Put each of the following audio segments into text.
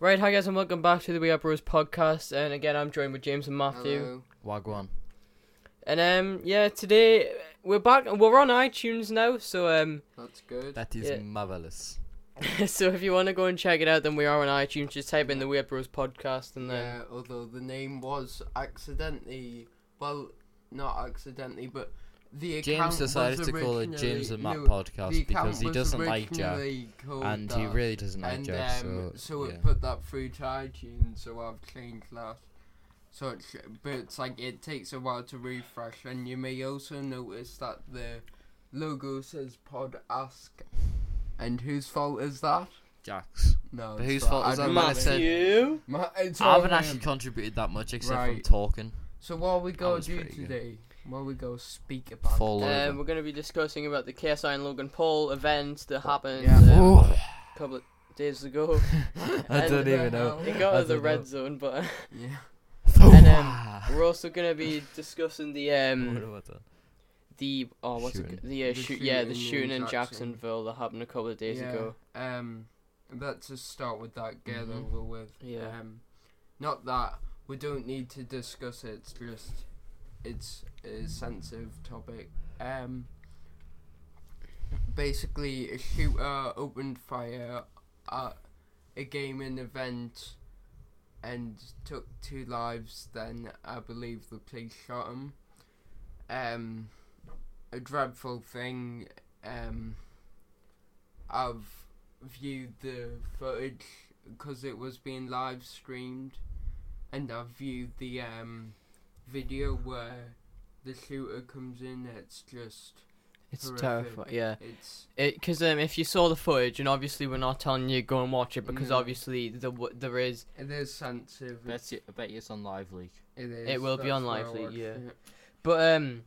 Right, hi guys, and welcome back to the We Are Bros podcast. And again, I'm joined with James and Matthew. Hello. Wagwan. And um, yeah, today we're back. We're on iTunes now, so um, That's good. That is Yeah. marvelous. so if you want to go and check it out, then we are on iTunes. Just type in the We Are Bros podcast, and then yeah, although the name was accidentally, well, not accidentally, but the account James decided was to call it James originally- and Matt no, the podcast account because he was doesn't like Jack, originally called and he that, really doesn't like and, Jack. um, so, it yeah. put that through to iTunes, so I've changed that. So it's, but it's like it takes a while to refresh, and you may also notice that the logo says Pod Ask, and whose fault is that? Jack's. No, But it's whose not. fault I is don't that? know. Man, I said- Matthew. Ma- it's I haven't all actually him. contributed that much except from Right. talking. So what we go was do pretty good. today? What we go speak about? Fall Um, over. we're going to be discussing about the KSI and Logan Paul event that happened Yeah. um, Ooh. a couple of days ago. I and don't the even know. hell. It got out I of the don't red know. zone, but Yeah. And, um, we're also going to be discussing the um, What have I done? the oh what's it, Shooting. ca- the, uh, The shoot, yeah the shooting shooting in in Jackson. Jacksonville that happened a couple of days yeah. ago. Um, let's just start with that. Get Mhm. over with. Yeah. Um, not that we don't need to discuss it. It's just it's a sensitive topic. Um. Basically, a shooter opened fire at a gaming event and took two lives. Then I believe the police shot him. Um, a dreadful thing. Um, I've viewed the footage because it was being live streamed, and I've viewed the um, video where the shooter comes in. It's just It's Horrific. terrifying. Yeah, it's because um, if you saw the footage, and obviously we're not telling you go and watch it because No. obviously the w- there is it is sensitive. It, it, I bet it's on Live Leak. it is. it will be that's on why I Live Leak, watched yeah. it. but um,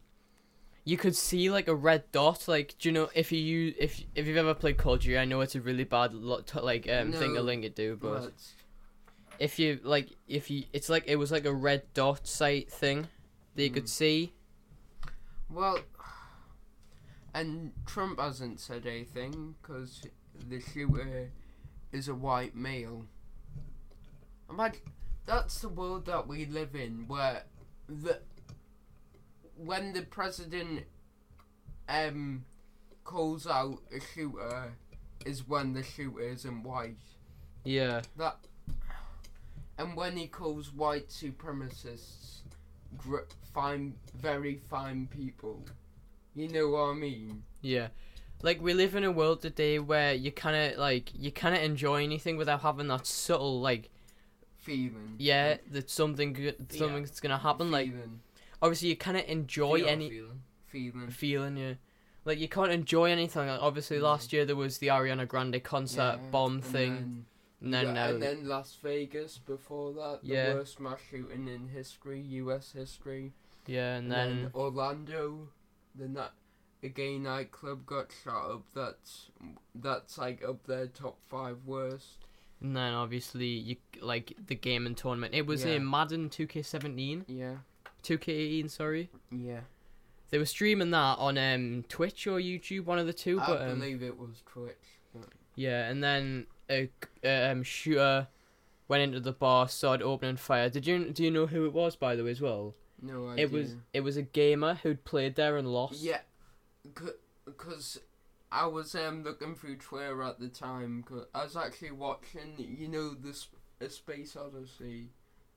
you could see like a red dot. Like do you know if you use, if if you've ever played Call of Duty, I know it's a really bad lot to, like um thing a No, link it do, but But if you like if you it's like it was like a red dot sight thing that you could Mm. see. well, and Trump hasn't said anything because the shooter is a white male. Imagine that's the world that we live in, where the when the president um calls out a shooter is when the shooter isn't white. Yeah. That and when he calls white supremacists gr- fine, very fine people, you know what I mean? Yeah. Like we live in a world today where you kinda like you kinda enjoy anything without having that subtle like Feeling. yeah, that something good Yeah. something's gonna happen. Like Feeling. obviously you kinda enjoy Feel, any feeling. feeling. feeling, yeah. Like you can't enjoy anything. Like obviously Mm. last year there was the Ariana Grande concert Yeah, bomb and thing. And Then, then, now and then Las Vegas before that, Yeah. the worst mass shooting in history, U.S. history. yeah, and And then, then, Orlando, the na- a gay nightclub got shot up. That's that's like up there, top five worst. and then obviously you like the game and tournament. It was Yeah. in Madden 2K17, Yeah, 2K18, sorry. yeah. They were streaming that on um Twitch or YouTube, one of the two. but I um, believe it was Twitch. Yeah, and then a a, um, shooter went into the bar, started opening fire. Did you do you know who it was by the way as well? No idea. it was it was a gamer who'd played there and lost. Yeah, because I was um looking through Twitter at the time. 'cause I was actually watching, you know, this a Space Odyssey.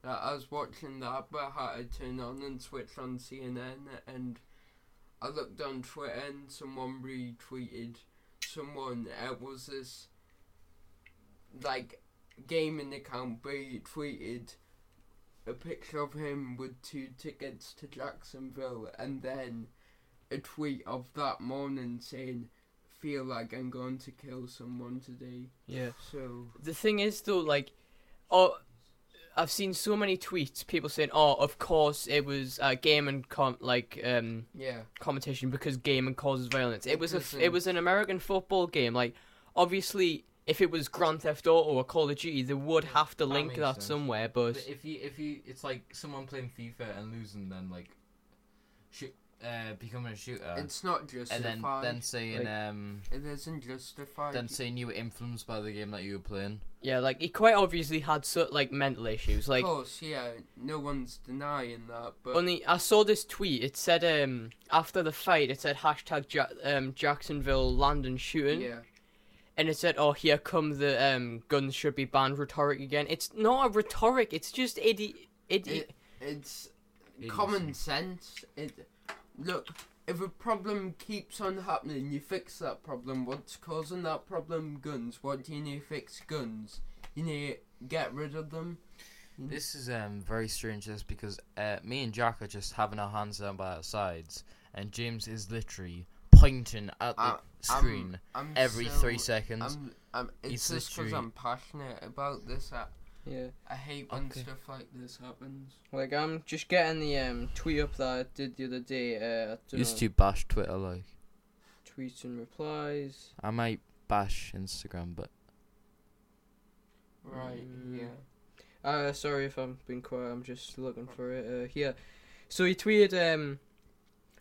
That I was watching that, but I had to turn on and switch on CNN, and I looked on Twitter and someone retweeted someone. It was this like gaming account, but he tweeted a picture of him with two tickets to Jacksonville, and then a tweet of that morning saying, "Feel like I'm going to kill someone today." yeah. So The thing is though, like, oh, I've seen so many tweets people saying, "Oh, of course it was a game and com like um yeah, competition because gaming causes violence." It It was a f- doesn't. Mm-hmm. it was an American football game. Like, obviously, if it was Grand Theft Auto or Call of Duty, they would have to That link makes that sense. somewhere. But But if you if you it's like someone playing FIFA and losing, then like, sh- uh, becoming a shooter, It's not and justified. then then saying um, it isn't justified. then saying you were influenced by the game that you were playing. Yeah, like he quite obviously had so, like mental issues. Like of course, yeah, no one's denying that, but only I saw this tweet. It said um after the fight, it said hashtag ja- um, Jacksonville Landon shooting, yeah, and it said oh here come the um guns should be banned rhetoric again. It's not a rhetoric. It's just idi idi. It- it's common sense. It look if a problem keeps on happening, you fix that problem. What's causing that problem? Guns. What do you need to fix? Guns. You need to get rid of them. Hmm? This is um very strange, this because uh, me and Jack are just having our hands down by our sides, and James is literally pointing at the I- screen I'm every so- three seconds. I'm, I'm, it's It's just because literally- I'm passionate about this. I, yeah. I hate when Okay. stuff like this happens. Like I'm just getting the um tweet up that I did the other day. Uh, I don't Just to bash Twitter, like tweets and replies. I might bash Instagram, but Right, Mm. yeah. Uh, sorry if I'm being quiet. I'm just looking for it uh, here. So he tweeted, um,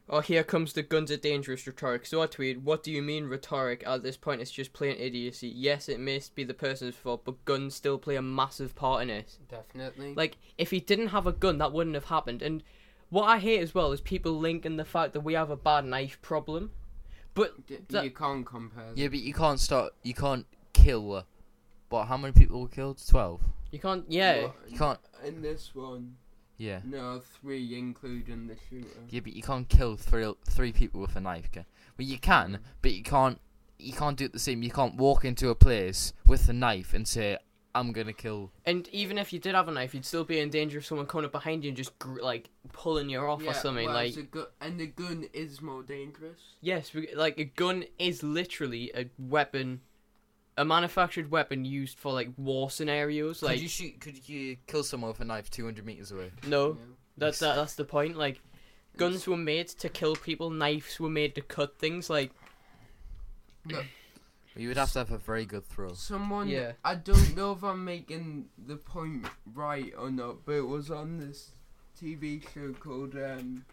"Oh, here comes the guns are dangerous rhetoric." So I tweeted, "What do you mean rhetoric? At this point, it's just plain idiocy. Yes, it may be the person's fault, but guns still play a massive part in it. Definitely. Like, if he didn't have a gun, that wouldn't have happened. And what I hate as well is people linking the fact that we have a bad knife problem. D- that- you can't compare. yeah, but you can't start. You can't kill. What? How many people were killed? Twelve. You can't, yeah." You can't. In this one, Yeah. no, three including the shooter. Yeah, but you can't kill three three people with a knife. Can? Well, you can, but you can't. You can't do it the same. You can't walk into a place with a knife and say, "I'm gonna kill." And even if you did have a knife, you'd still be in danger of someone coming up behind you and just gr- like pulling you off or something. whereas like a gu- and the gun is more dangerous. Yes, we, like a gun is literally a weapon, a manufactured weapon used for like war scenarios. Like could you shoot? Could you kill someone with a knife 200 meters away? no, you know. that's that, that's the point. Like guns were made to kill people, knives were made to cut things. Like Well, you would have to have a very good throw. Someone, Yeah. I don't know if I'm making the point right or not, but it was on this TV show called um,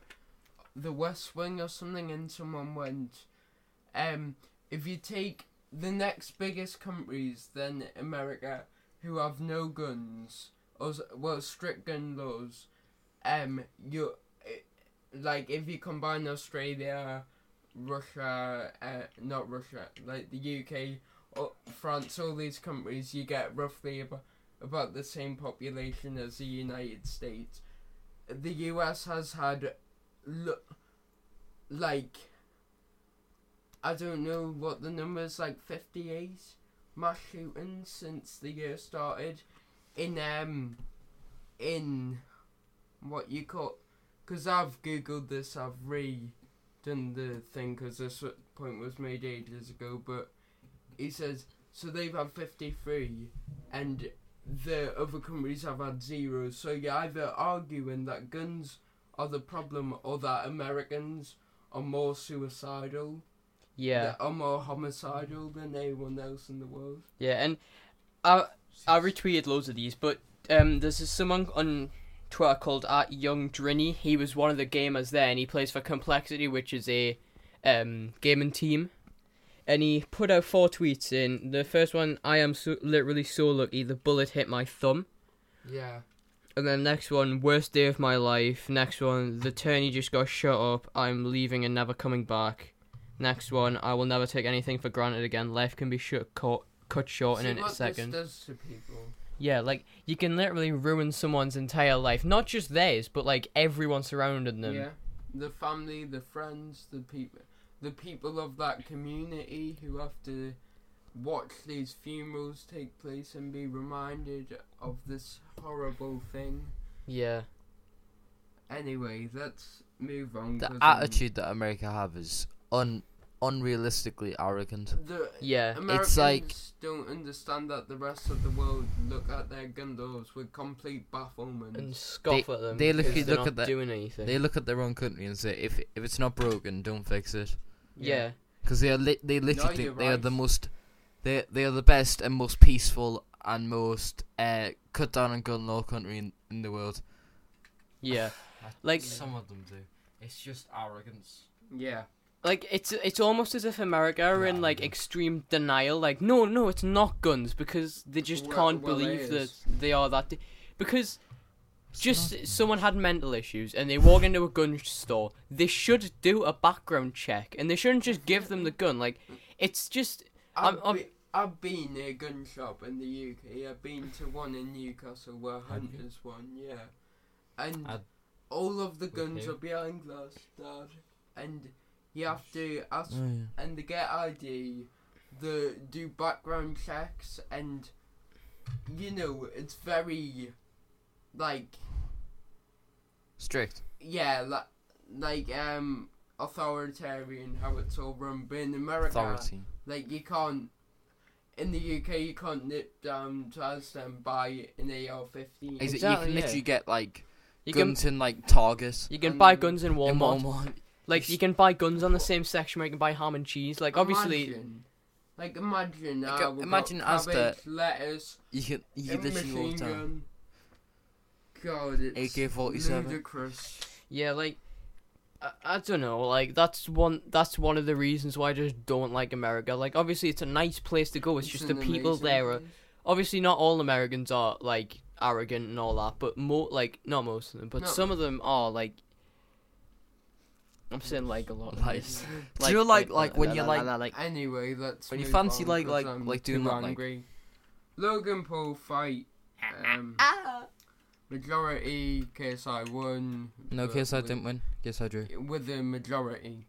The West Wing or something, and someone went, um, if you take the next biggest countries, then America, who have no guns or s- well strict gun laws, um, you eh, like if you combine Australia, Russia, uh, not Russia, like the UK, or France, all these countries, you get roughly about, about the same population as the United States. The US has had, lo- like, I don't know what the number is, like 58 mass shootings since the year started in, um, in what you call, because I've googled this, I've re done the thing because this point was made ages ago, but he says so they've had 53 and the other countries have had zero so you're either arguing that guns are the problem or that americans are more suicidal yeah, that are more homicidal than anyone else in the world yeah, and uh, I I retweeted loads of these, but um, there's this someone on Twitter called at Young Drinny. He was one of the gamers there, and he plays for Complexity, which is a um, gaming team. And he put out four tweets. In the first one, I am so, literally so lucky the bullet hit my thumb. yeah And then next one, worst day of my life. Next one, the tourney just got shut up. I'm leaving and never coming back. Next one, I will never take anything for granted again. Life can be shut, cut, cut short See in a what second. this does to people Yeah, like you can literally ruin someone's entire life, not just theirs, but like everyone surrounding them. yeah the family the friends the people the people of that community who have to watch these funerals take place and be reminded of this horrible thing Yeah. Anyway, let's move on. The 'cause, um, attitude that America have is un unrealistically arrogant. The Yeah. Americans like- don't understand that the rest of the world look at their gun laws with complete bafflement. And scoff at them. they because literally they're look not at the- doing anything. They look at their own country and say, "If if it's not broken, don't fix it." yeah. Yeah. Because they are li- they literally you're think they are the right. most they they are the best and most peaceful and most uh, cut down on gun law country in, in the world. Yeah. Like of them do. It's just arrogance. Yeah. Like it's it's almost as if America are in like Yeah. extreme denial. Like no, no, it's not guns because they just Well- can't well, it believe that is. they are that. da- because It's just not- someone had mental issues and they walk into a gun store. They should do a background check and they shouldn't just give them the gun. Like it's just I've, I'm- I'm- be- I've been in a gun shop in the UK. I've been to one in Newcastle where Have you? hunters one, yeah. And I'd- all of the guns who? are behind glass, Dad. And you have to Oh, ask Mm. and they get ID, the do background checks, and you know it's very, like Strict. yeah, like like um authoritarian how it's all run. But in America, Authority. like you can't. In the UK, you can't nip down to Asda and buy an AR-15. Is it, you Exactly, can yeah. literally get like you can guns in like Target. you can buy and- guns in in Walmart. Walmart. Like you can buy guns on the same section where you can buy ham and cheese. Like obviously, Imagine. Like imagine, Like, uh, uh, we've got imagine Asda- cabbage, lettuce, You can you a can literally machine walk down. gun. God, it's AK-47. ludicrous. yeah, like I, I don't know. Like that's one that's one of the reasons why I just don't like America. Like obviously, it's a nice place to go. It's just the an people amazing there are place. obviously not all Americans are like arrogant and all that, but more like not most of them, but No. some of them are like. I'm saying like a lot. of Like- this. Do you like like uh, when you like Anyway, let's. When you move fancy, on like- 'cause like- I'm like doing too that, like- angry. Logan Paul fight. Um, majority KSI won. No, but guess I with- didn't win. Guess I drew. With the majority.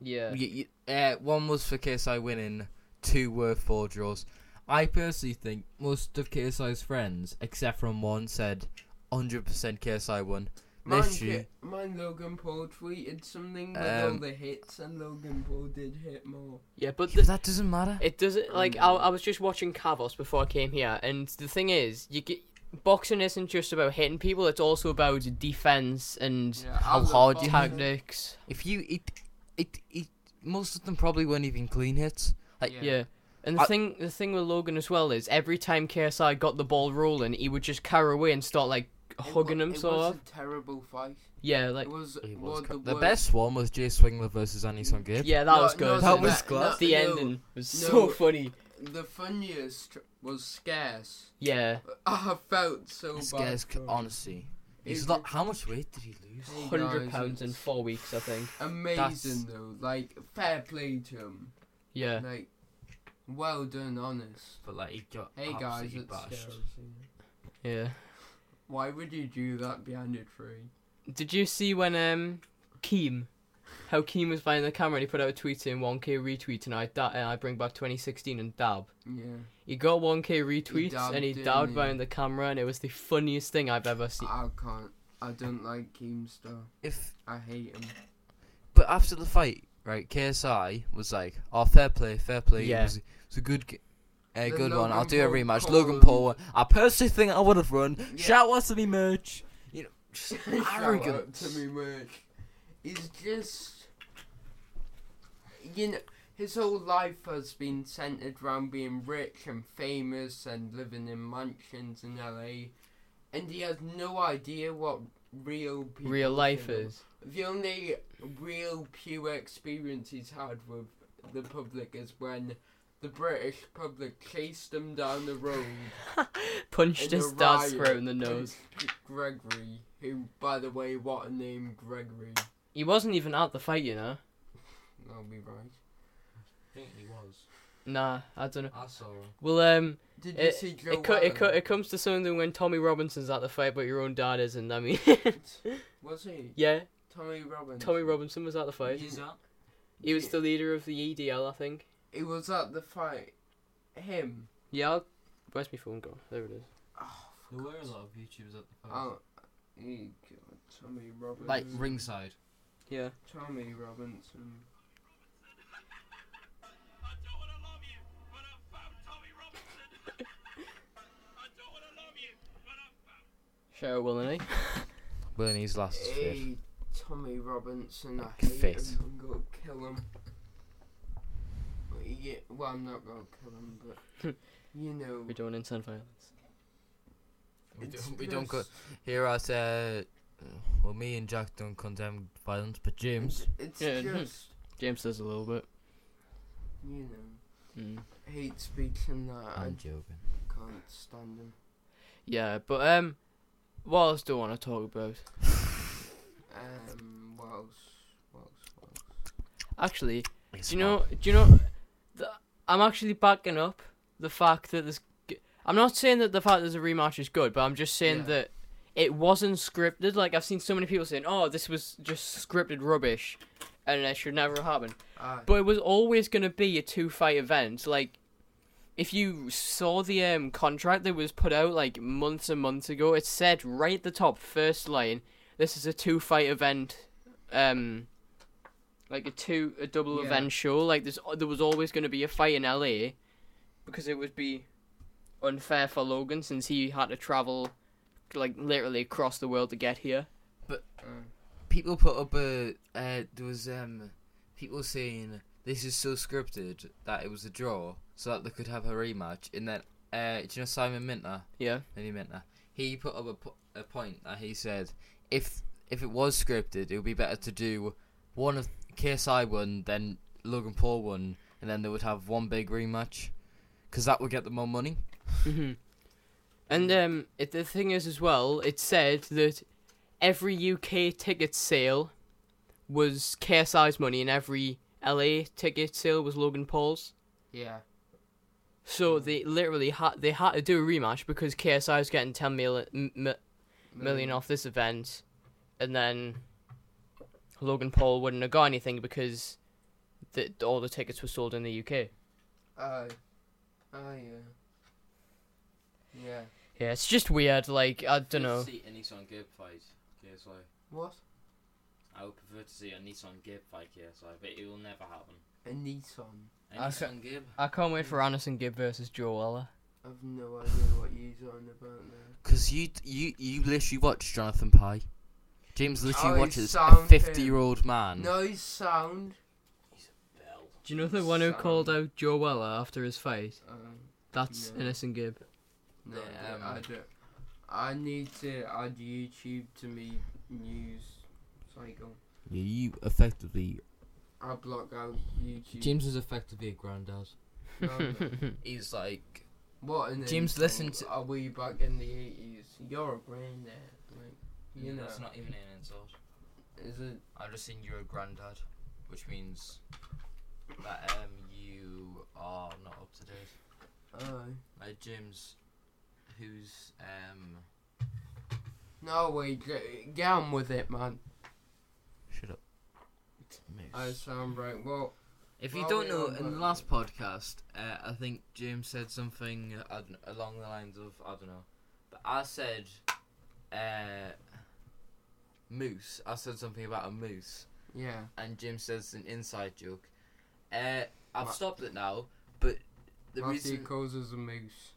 yeah, Y- y- uh, one was for KSI winning, two were for draws. I personally think most of KSI's friends, except from one, said 100% KSI won. Mine, This year. Ki- mine Logan Paul tweeted something with all Um, the hits, and Logan Paul did hit more. yeah, but Yeah, but the, that doesn't matter. It doesn't like I, I was just watching Cavos before I came here, and the thing is, you get boxing isn't just about hitting people; it's also about defense and Yeah, I how love hard you boxing. tactics. If you it, it it most of them probably weren't even clean hits. Like Yeah. And the I- thing, the thing with Logan as well is every time KSI got the ball rolling, he would just carry away and start like It hugging wa- him, it sort was of. a terrible fight. Yeah, like it was, it one was of cra- the, the best one was Jay Swingler versus Anison Gibb. yeah, that No, was no, good. That no, was no, class. The no, ending was no. so funny. The funniest was scarce. Yeah, I felt so This bad. guy's c- for him. honestly. He's It- not. How much weight did he lose? Hey, hundred guys, pounds in it's four weeks, I think. Amazing though, like fair play to him. Yeah, Like, well done, honest. But like he got Hey guys, absolutely it's bashed. Scarce. yeah. Why would you do that behind a tree? Did you see when um Keem, how Keem was behind the camera and he put out a tweet saying 1k retweet tonight that and I bring back 2016 and dab. Yeah, He got 1k retweets dabbed, and he didn't dabbed he? Ah, behind the camera and it was the funniest thing I've ever seen. I can't. I don't like Keemstar. If I hate him. But after the fight, right, KSI was like, "Oh, fair play, fair play. Yeah. It was, it's a good, g- a The good one. I'll Logan do a Paul rematch. call. Logan Paul. won. I personally think I would have run. Yeah. Shout out to me merch. You know, just Shout out to arrogant. me, Merch. He's just. You know, his whole life has been centered around being rich and famous and living in mansions in LA. And he has no idea what real people Real life feel. is. The only real pure experience he's had with the public is when the British public chased him down the road. Punched in a his dad's riot throat in the nose. against Gregory, who, by the way, what a name, Gregory. He wasn't even at the fight, you know. I'll be right. think he was. Nah, I don't know. I saw him. Well, um, Did you it see Joe it, co- it, co- Allen? it comes to something when Tommy Robinson's at the fight, but your own dad isn't. I mean, Was he? yeah, Tommy Robbins. Tommy Robinson was at the fight. He's up. He was the leader of the EDL, I think. It was at the fight. Him. Yeah, I'll... where's my phone gone? There it is. There were a lot of YouTubers at the Oh, he God, Tommy Robinson. Like ringside. Yeah. Tommy Robinson. Shout out Willany. Bernie's last is fifth. Hey, Tommy Robinson. I Like hate fit. him. I'm gonna kill him. Yeah, well, I'm not gonna kill him, but you know. We don't incite violence. We it's don't, we don't go just- here at uh, Well, me and Jack don't condemn violence, but James. It's Yeah, mhm. just James does a little bit. you know Mm. hate speech and that. I I'm joking. can't stand him. Yeah, but um, what else do I want to talk about? Um, what else? What else? What else? Actually, It's do you know? not- Do you know? The, I'm actually backing up the fact that this. g- I'm not saying that the fact there's a rematch is good, but I'm just saying Yeah. that it wasn't scripted. Like I've seen so many people saying, "Oh, this was just scripted rubbish," and it should never happen. Aye. But it was always going to be a two fight event. Like, if you saw the um, contract that was put out like months and months ago, it said right at the top, first line, this is a two fight event. Um, like a two a double Yeah. event show. Like there's there was always going to be a fight in LA, because it would be unfair for Logan since he had to travel, like literally across the world to get here. Aye. people put up a uh, there was um people saying this is so scripted that it was a draw so that they could have a rematch and then uh do you know Simon Minter Yeah. Maybe Minter he put up a, po- a point that he said if if it was scripted it would be better to do one of KSI won then Logan Paul won and then they would have one big rematch because that would get them more money hmm And um, it, the thing is, as well, it said that every UK ticket sale was KSI's money, and every LA ticket sale was Logan Paul's. Yeah. So they literally had they had to do a rematch because KSI was getting ten million m- m- million off this event, and then Logan Paul wouldn't have got anything because the, all the tickets were sold in the UK. Aye. Aye. Ah, Yeah. Yeah. Yeah, it's just weird. Like I don't know. see a Nissan Gabe fight KSI. What? I would prefer to see a Nissan Gabe fight KSI, but it will never happen. A Nissan. A I Nissan Gabe. I can't wait for Anderson Gibb versus Joe Weller. I've no idea what you're on about now. because you you you literally watch Jonathan Pye James literally Oh, he watches a sounds him. 50 year old man No, he's sound. Bell. Do you know the one who Son. called out Joe Weller after his fight? Uh, That's No. Innocent Gibb. no, Yeah, um, I, don't, I don't. I need to add YouTube to me news cycle. Yeah, you effectively. I block out YouTube. James is effectively a granddad. No. He's like. What an James, insult. listen to- Are we back in the eighties? You're a brain there. Like, you know, That's not even an insult. is it? I've just seen you're a granddad, which means that um you are not up to date. Uh, Like James, who's um. no way. Get, get on with it, man. Shut up. I sound right. Well, If you Well, don't we know, all in the know. last podcast, uh, I think James said something I don't- along the lines of I don't know, but I said, uh, moose. I said something about a moose, yeah. and James says an inside joke. Uh, I've What? stopped it now, but the Matthew reason calls us a moose.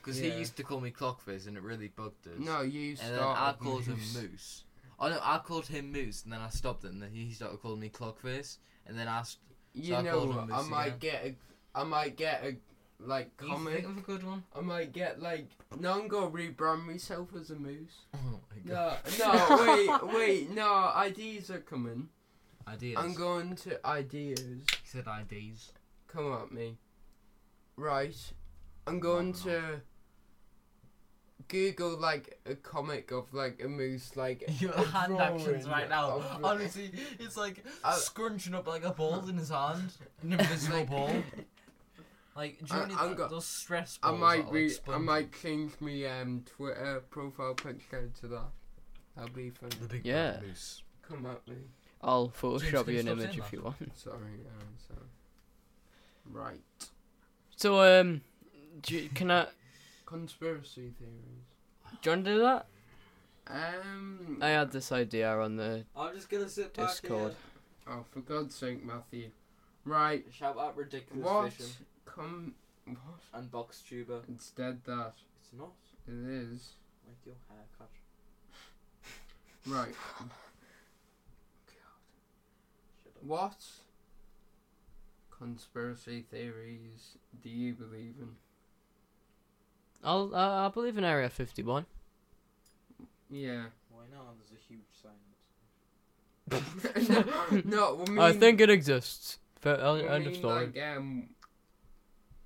because yeah. he used to call me Clockface, and it really bugged us. No, you and start. then I with called him moose. Moose. Oh no, I called him Moose, and then I stopped it, and then he started calling me Clockface, and then asked. You I know, called him what, I moose might get a, I might get a, like comic. a good one? I might get like. No, I'm gonna rebrand myself as a moose. Oh my god. No, no, wait, wait, no. Ideas are coming. Ideas. I'm going to ideas. He said IDs. Come at me. Right. I'm going no. to Google like a comic of like a moose like Your a hand actions drawing right now. of- Honestly, it's like I- scrunching up like a ball in his hand, an invisible ball. Like, do you I- know I'm th- go- those stress I balls? Oh, that might are, re- like, I spongy? might change my um Twitter profile picture to that. That'll be fun. The big Yeah. black moose. Come at me. I'll James, can Photoshop you you an stop saying image if that? you want. Sorry, um, sorry. Right. So um, do you, can I? Conspiracy theories. Do you want to do that? Um. Oh, I had this idea on the I'm just gonna sit back Discord. oh, for God's sake, Matthew. Right. here, shout out ridiculous What? vision Come. What? and box tuber. It's dead. That It's not it is. like your haircut. Right. Shut up. What conspiracy theories do you believe in? I'll uh, I believe in Area 51. Yeah. Why why not? And there's a huge silence. no, we mean, I think it exists. Fair, we end of mean, story. Like, um,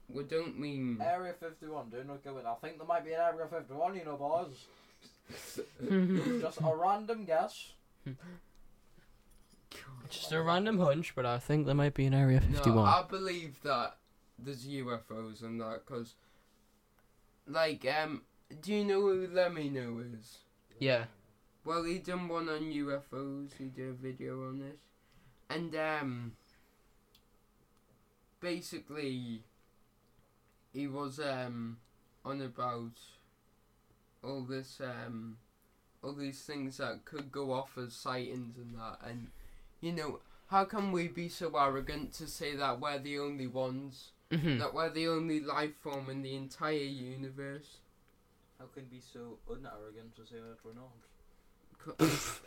we don't mean. Area 51, do not go in. I think there might be an Area 51, you know, boys. Just a random guess. Just a random hunch, but I think there might be an Area 51. No, I believe that there's UFOs and that because, like, um, do you know who Lemmy Know is? yeah. Well, he done one on UFOs. He did a video on this, and um, basically, he was um on about all this um all these things that could go off as sightings and that, and you know how can we be so arrogant to say that we're the only ones, hmm that we're the only life form in the entire universe? How can you be so unarrogant to say that we're not? 'Cause-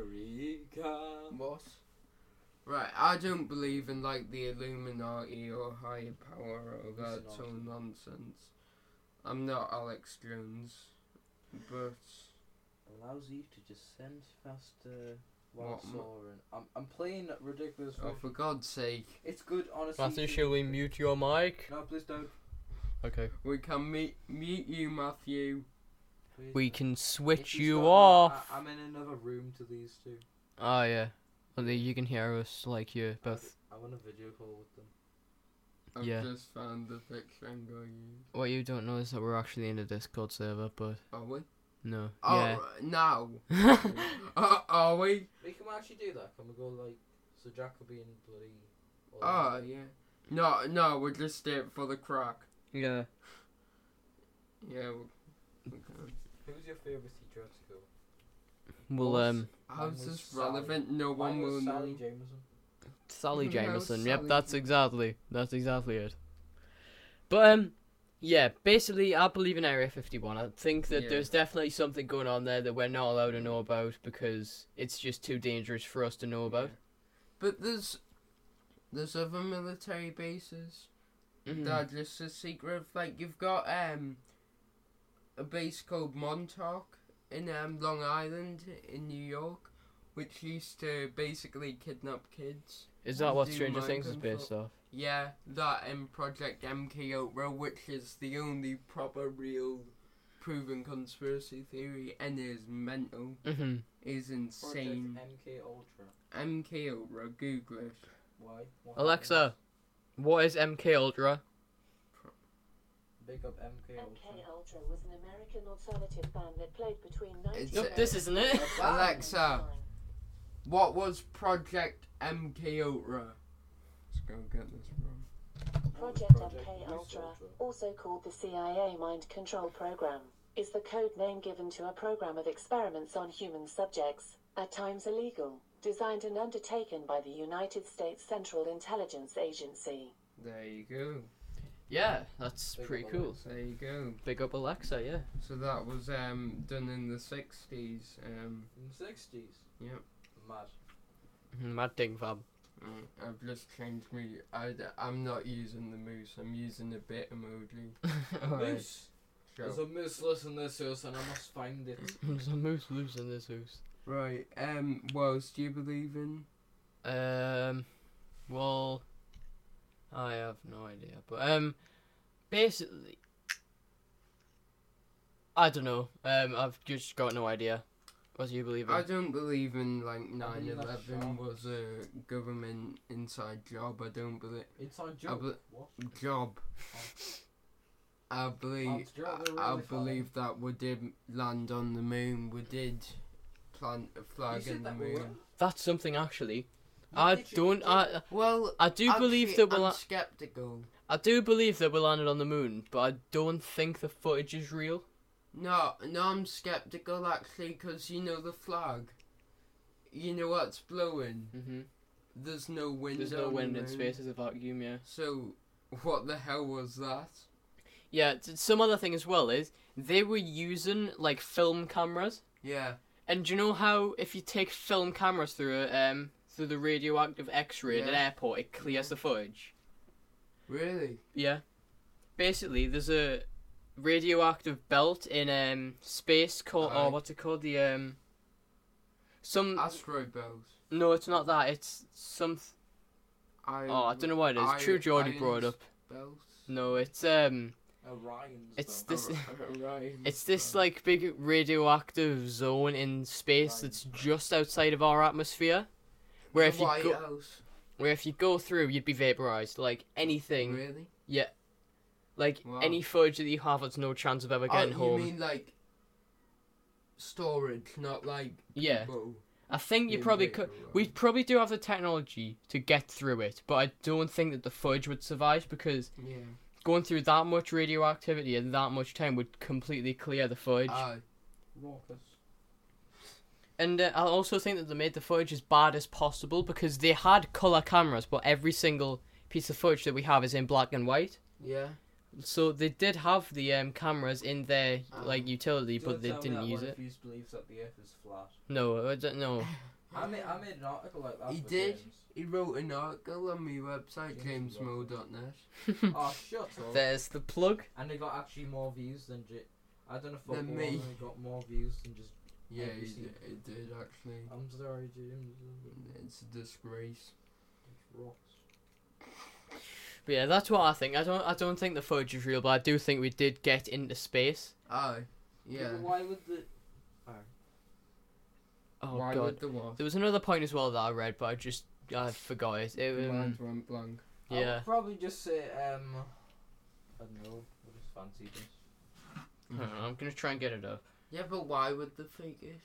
America. What? Right, I don't believe in like the Illuminati or higher power or that Illuminati. sort of nonsense. I'm not Alex Jones, but Allows you to just send faster while What mo- soaring. I'm, I'm playing ridiculous. oh, version. for God's sake, It's good, honestly. Matthew, to- shall we mute your mic? No, please don't. Okay. we can meet meet you, Matthew. Please We don't. can If switch stop you now, off. I, I'm in another room to these two. Oh, yeah. Well, you can hear us like you both. I'm on a video call with them. I've Yeah. just found the picture I'm going to What you don't know is that we're actually in a Discord server, but Are we? no. Oh, yeah. right, now. uh, are we? We can actually do that. Can we go like so Jack could be in bloody. or- Oh, yeah. No, no, we're just there for the crack. Yeah. Yeah, we, we can. Who's your favourite teacher at school? Well, um, How's was this Sally. relevant? No one Mine was will Sally know. Jameson. Sally No, Jameson. Yep, Sally that's Jameson. exactly that's exactly it. But um, yeah, basically, I believe in Area Fifty One. I think that Yeah. there's definitely something going on there that we're not allowed to know about because it's just too dangerous for us to know about. But there's there's other military bases Mhm. that are just a secret. Like you've got um a base called Montauk in um Long Island in New York, which used to basically kidnap kids. Is that what Do Stranger mind Things is control. based off? Yeah, that um Project MK Ultra, which is the only proper real proven conspiracy theory, and is mental, Mm-hmm. is insane. Project MK Ultra. MK Ultra, Google it. Why? What Alexa, what is MK Ultra? happened? Big up MK Ultra. MK Ultra was an American alternative band that played between 19 Nope, this isn't it. Alexa. What was Project MK Ultra? Let's go get this wrong. Project MK Ultra, also called the CIA Mind Control Program, is the code name given to a program of experiments on human subjects, at times illegal, designed and undertaken by the United States Central Intelligence Agency. There you go. Yeah, that's Big pretty up cool. Alexa. There you go. Big up Alexa, yeah. So that was um done in the sixties. Um, In the sixties. Yep. Mad. Mhm, Mad thing, fam. mm, I've just changed me. I am not using the moose. I'm using the bit emoji. Alright. Moose. There's Go. a moose listening this house and I must find it. There's a moose loose in this house. Right. Um. What else do you believe in? Um, well, I have no idea, but um, basically, I don't know. Um, I've just got no idea. What do you believe in? I don't believe in like 9/11 shot. was a government inside job. I don't believe Inside I joke. bel- what? job. I believe That's true, they're I, I really funny. believe that we did land on the moon. We did plant a You flag said in the that we moon. were. That's something actually. You I literally don't. uh, did. I Well, I do believe actually, that we I'm la- skeptical. I do believe that we landed on the moon, but I don't think the footage is real. No, no, I'm skeptical actually, 'cause you know the flag. You know what's blowing. Mm-hmm. There's no wind. There's no on the wind in moon. space; it's a vacuum. Yeah. So, what the hell was that? Yeah. t- Some other thing as well is they were using like film cameras. Yeah. And do you know how if you take film cameras through a, um through the radioactive X-ray at an Yeah. airport, it clears the footage. Really? Yeah. Basically, there's a radioactive belt in um space called Aye. or what's it called the um some Asteroid bells. no it's not that it's some Iron, oh I don't know what it is True Geordie brought it up Bells. no it's um Orion's. it's belt. this Orion. it's this like big radioactive zone in space Right. that's just outside of our atmosphere where if you White go House. where if you go through you'd be vaporized like anything Really? like Wow. any footage that you have there's no chance of ever getting oh, home you mean like storage, not like yeah people I think you in probably vapour, could. We right? probably do have the technology to get through it, but I don't think that the fudge would survive because Yeah. going through that much radioactivity in that much time would completely clear the fudge. Aye. Raucous. and uh, I also think that they made the fudge as bad as possible because they had color cameras, but every single piece of fudge that we have is in black and white. yeah. So they did have the um, cameras in their like Um, utility, Don't but they tell me didn't that use one it. of yous believes that the Earth is flat. No, I don't know. I made, I made an article like that. He for did? James. He wrote an article on my website, James is welcome. jamesmo.net. oh, shut up. There's the plug. And they got actually more views than J. I don't know if Than Formula me. One got more views than just. Yeah, Have you it, seen d- it did actually. I'm sorry, James. It's a disgrace. Rocks. But yeah, that's what I think. I don't. I don't think the fudge is real, but I do think we did get into space. Aye. Yeah. But why would the? Oh Why god. would the what? There was another point as well that I read, but I just I forgot it. it um, Mind went blank. I yeah. would probably just say um. I don't know. I just fancy this. Mm. I don't know, I'm gonna try and get it up. Yeah, but why would the fakeish?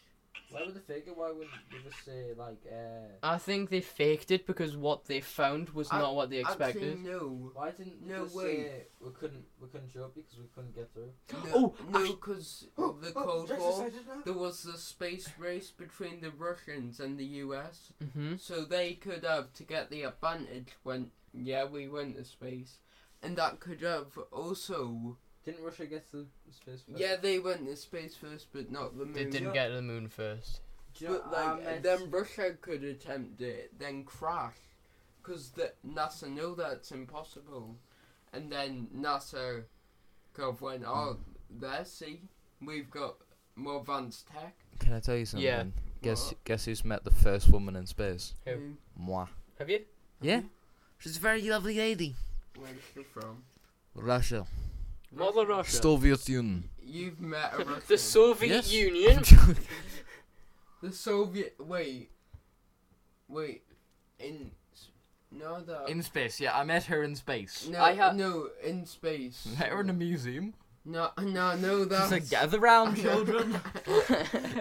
Why would they figure? Why would they just say like uh? I think they faked it because what they found was I- not what they Actually, expected. no. Why didn't they No just way. say we couldn't we couldn't show up because we couldn't get through? No, Oh, no, actu- because of Oh, the Cold War. There was the space race between the Russians and the US, hmm so they could have to get the advantage when yeah we went to space, and that could have also Didn't Russia get to space? First? yeah they went to space first, but not the moon. They didn't get to the moon first. Do you know, But I like meant- um, then Russia could attempt it, then crash, because the NASA know that's impossible, and then NASA, kind of went oh there see we've got more advanced tech. Can I tell you something? Yeah. Guess What? guess who's met the first woman in space? Who? Who? Moi. Have you? Yeah. She's a very lovely lady. Where's she from? Russia. Mother Russia. Soviet Union. You've met a Russian. the Soviet Yes. Union. The Soviet. Wait. Wait. In. s- No, that. In space, yeah. I met her in space. no, I ha- no, in space. Met her in a museum. No, no, no, She that's. said, gather round, children.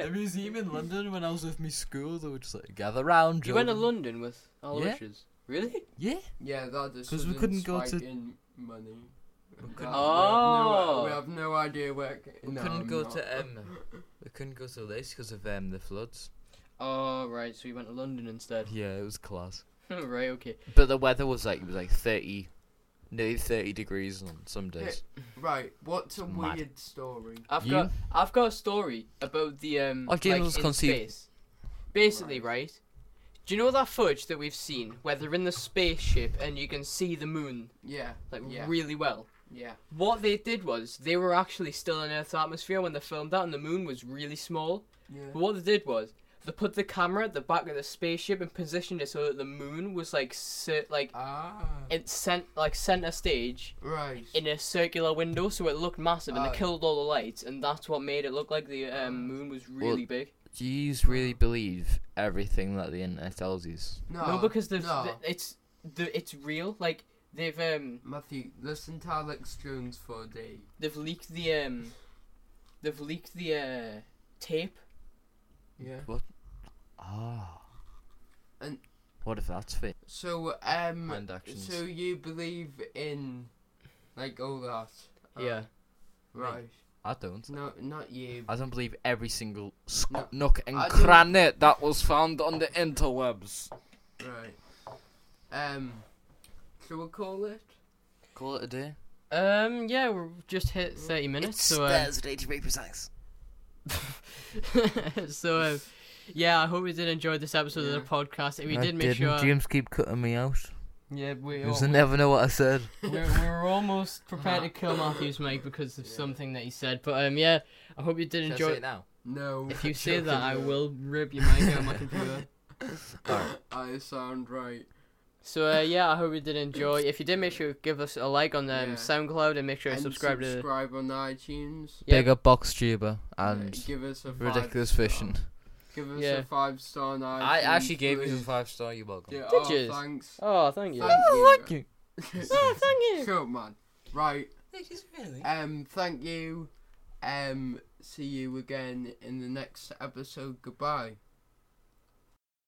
a museum in London when I was with my school, they were just like, gather round, you went children. to London with all Yeah. Rushes. Really? Yeah. Yeah, that is. 'Cause we couldn't go to- In money. couldn't- That- Oh. We have no, we have no idea where. We no, couldn't I'm go not. to um, we couldn't go to this because of um the floods. Oh right, so you went to London instead. Yeah, it was class. right, okay. But the weather was like it was like thirty, nearly thirty degrees on some days. Right, what's a Mad. weird story? I've You? got I've got a story about the um Oh, James like, was in conceived- space. Basically, right. Do you know that footage that we've seen where they're in the spaceship and you can see the moon Yeah. like yeah. really well? yeah. What they did was they were actually still in Earth's atmosphere when they filmed that, and the moon was really small. But Yeah. what they did was they put the camera at the back of the spaceship and positioned it so that the moon was like cir- like Ah. it sent like center stage Right. in a circular window, so it looked massive, and Oh. they killed all the lights, and that's what made it look like the um, moon was really big. Do you really believe everything that the internet tells you? no, no, because they've, no. th- it's the it's real. Like they've um Matthew, listen to Alex Jones for a day. they've leaked the um they've leaked the uh, tape. Yeah. Ah. And- what if that's fake? So um Planned actions. so you believe in like all that. Uh, yeah, Right. I don't. No not you. I don't believe every single No. sc- nook and I don't- cranny that was found on the interwebs. Right. Um so we'll call it? Call it a day. Oh. um, yeah, we're just Mm. hit thirty minutes, so um, Thursday to be precise. so um, yeah, I hope you did enjoy this episode of the podcast. If you did, make sure keep cutting me out. Yeah, we Because I never know what I said. we're, we're almost prepared to kill Matthew's mic because of something that he said. But um, yeah, I hope you did Should I enjoy. say it now? No. If you say Joking, that, I yeah. will rip your mic out of my computer. I sound right. So uh, yeah, I hope you did enjoy. If you did, make sure you give us a like on um, Yeah. SoundCloud and make sure you and subscribe to. subscribe on iTunes. Yeah. Big up box tuber uh, and give us a five ridiculous star. fishing. Give us Yeah. a five star on iTunes. I actually gave please. you a five star. You're welcome. Yeah, Did oh, yous? Thanks. Oh, thank you. Thank you. thank you. Oh, thank you. Cool man. Right. really. Um. Thank you. Um. See you again in the next episode. Goodbye.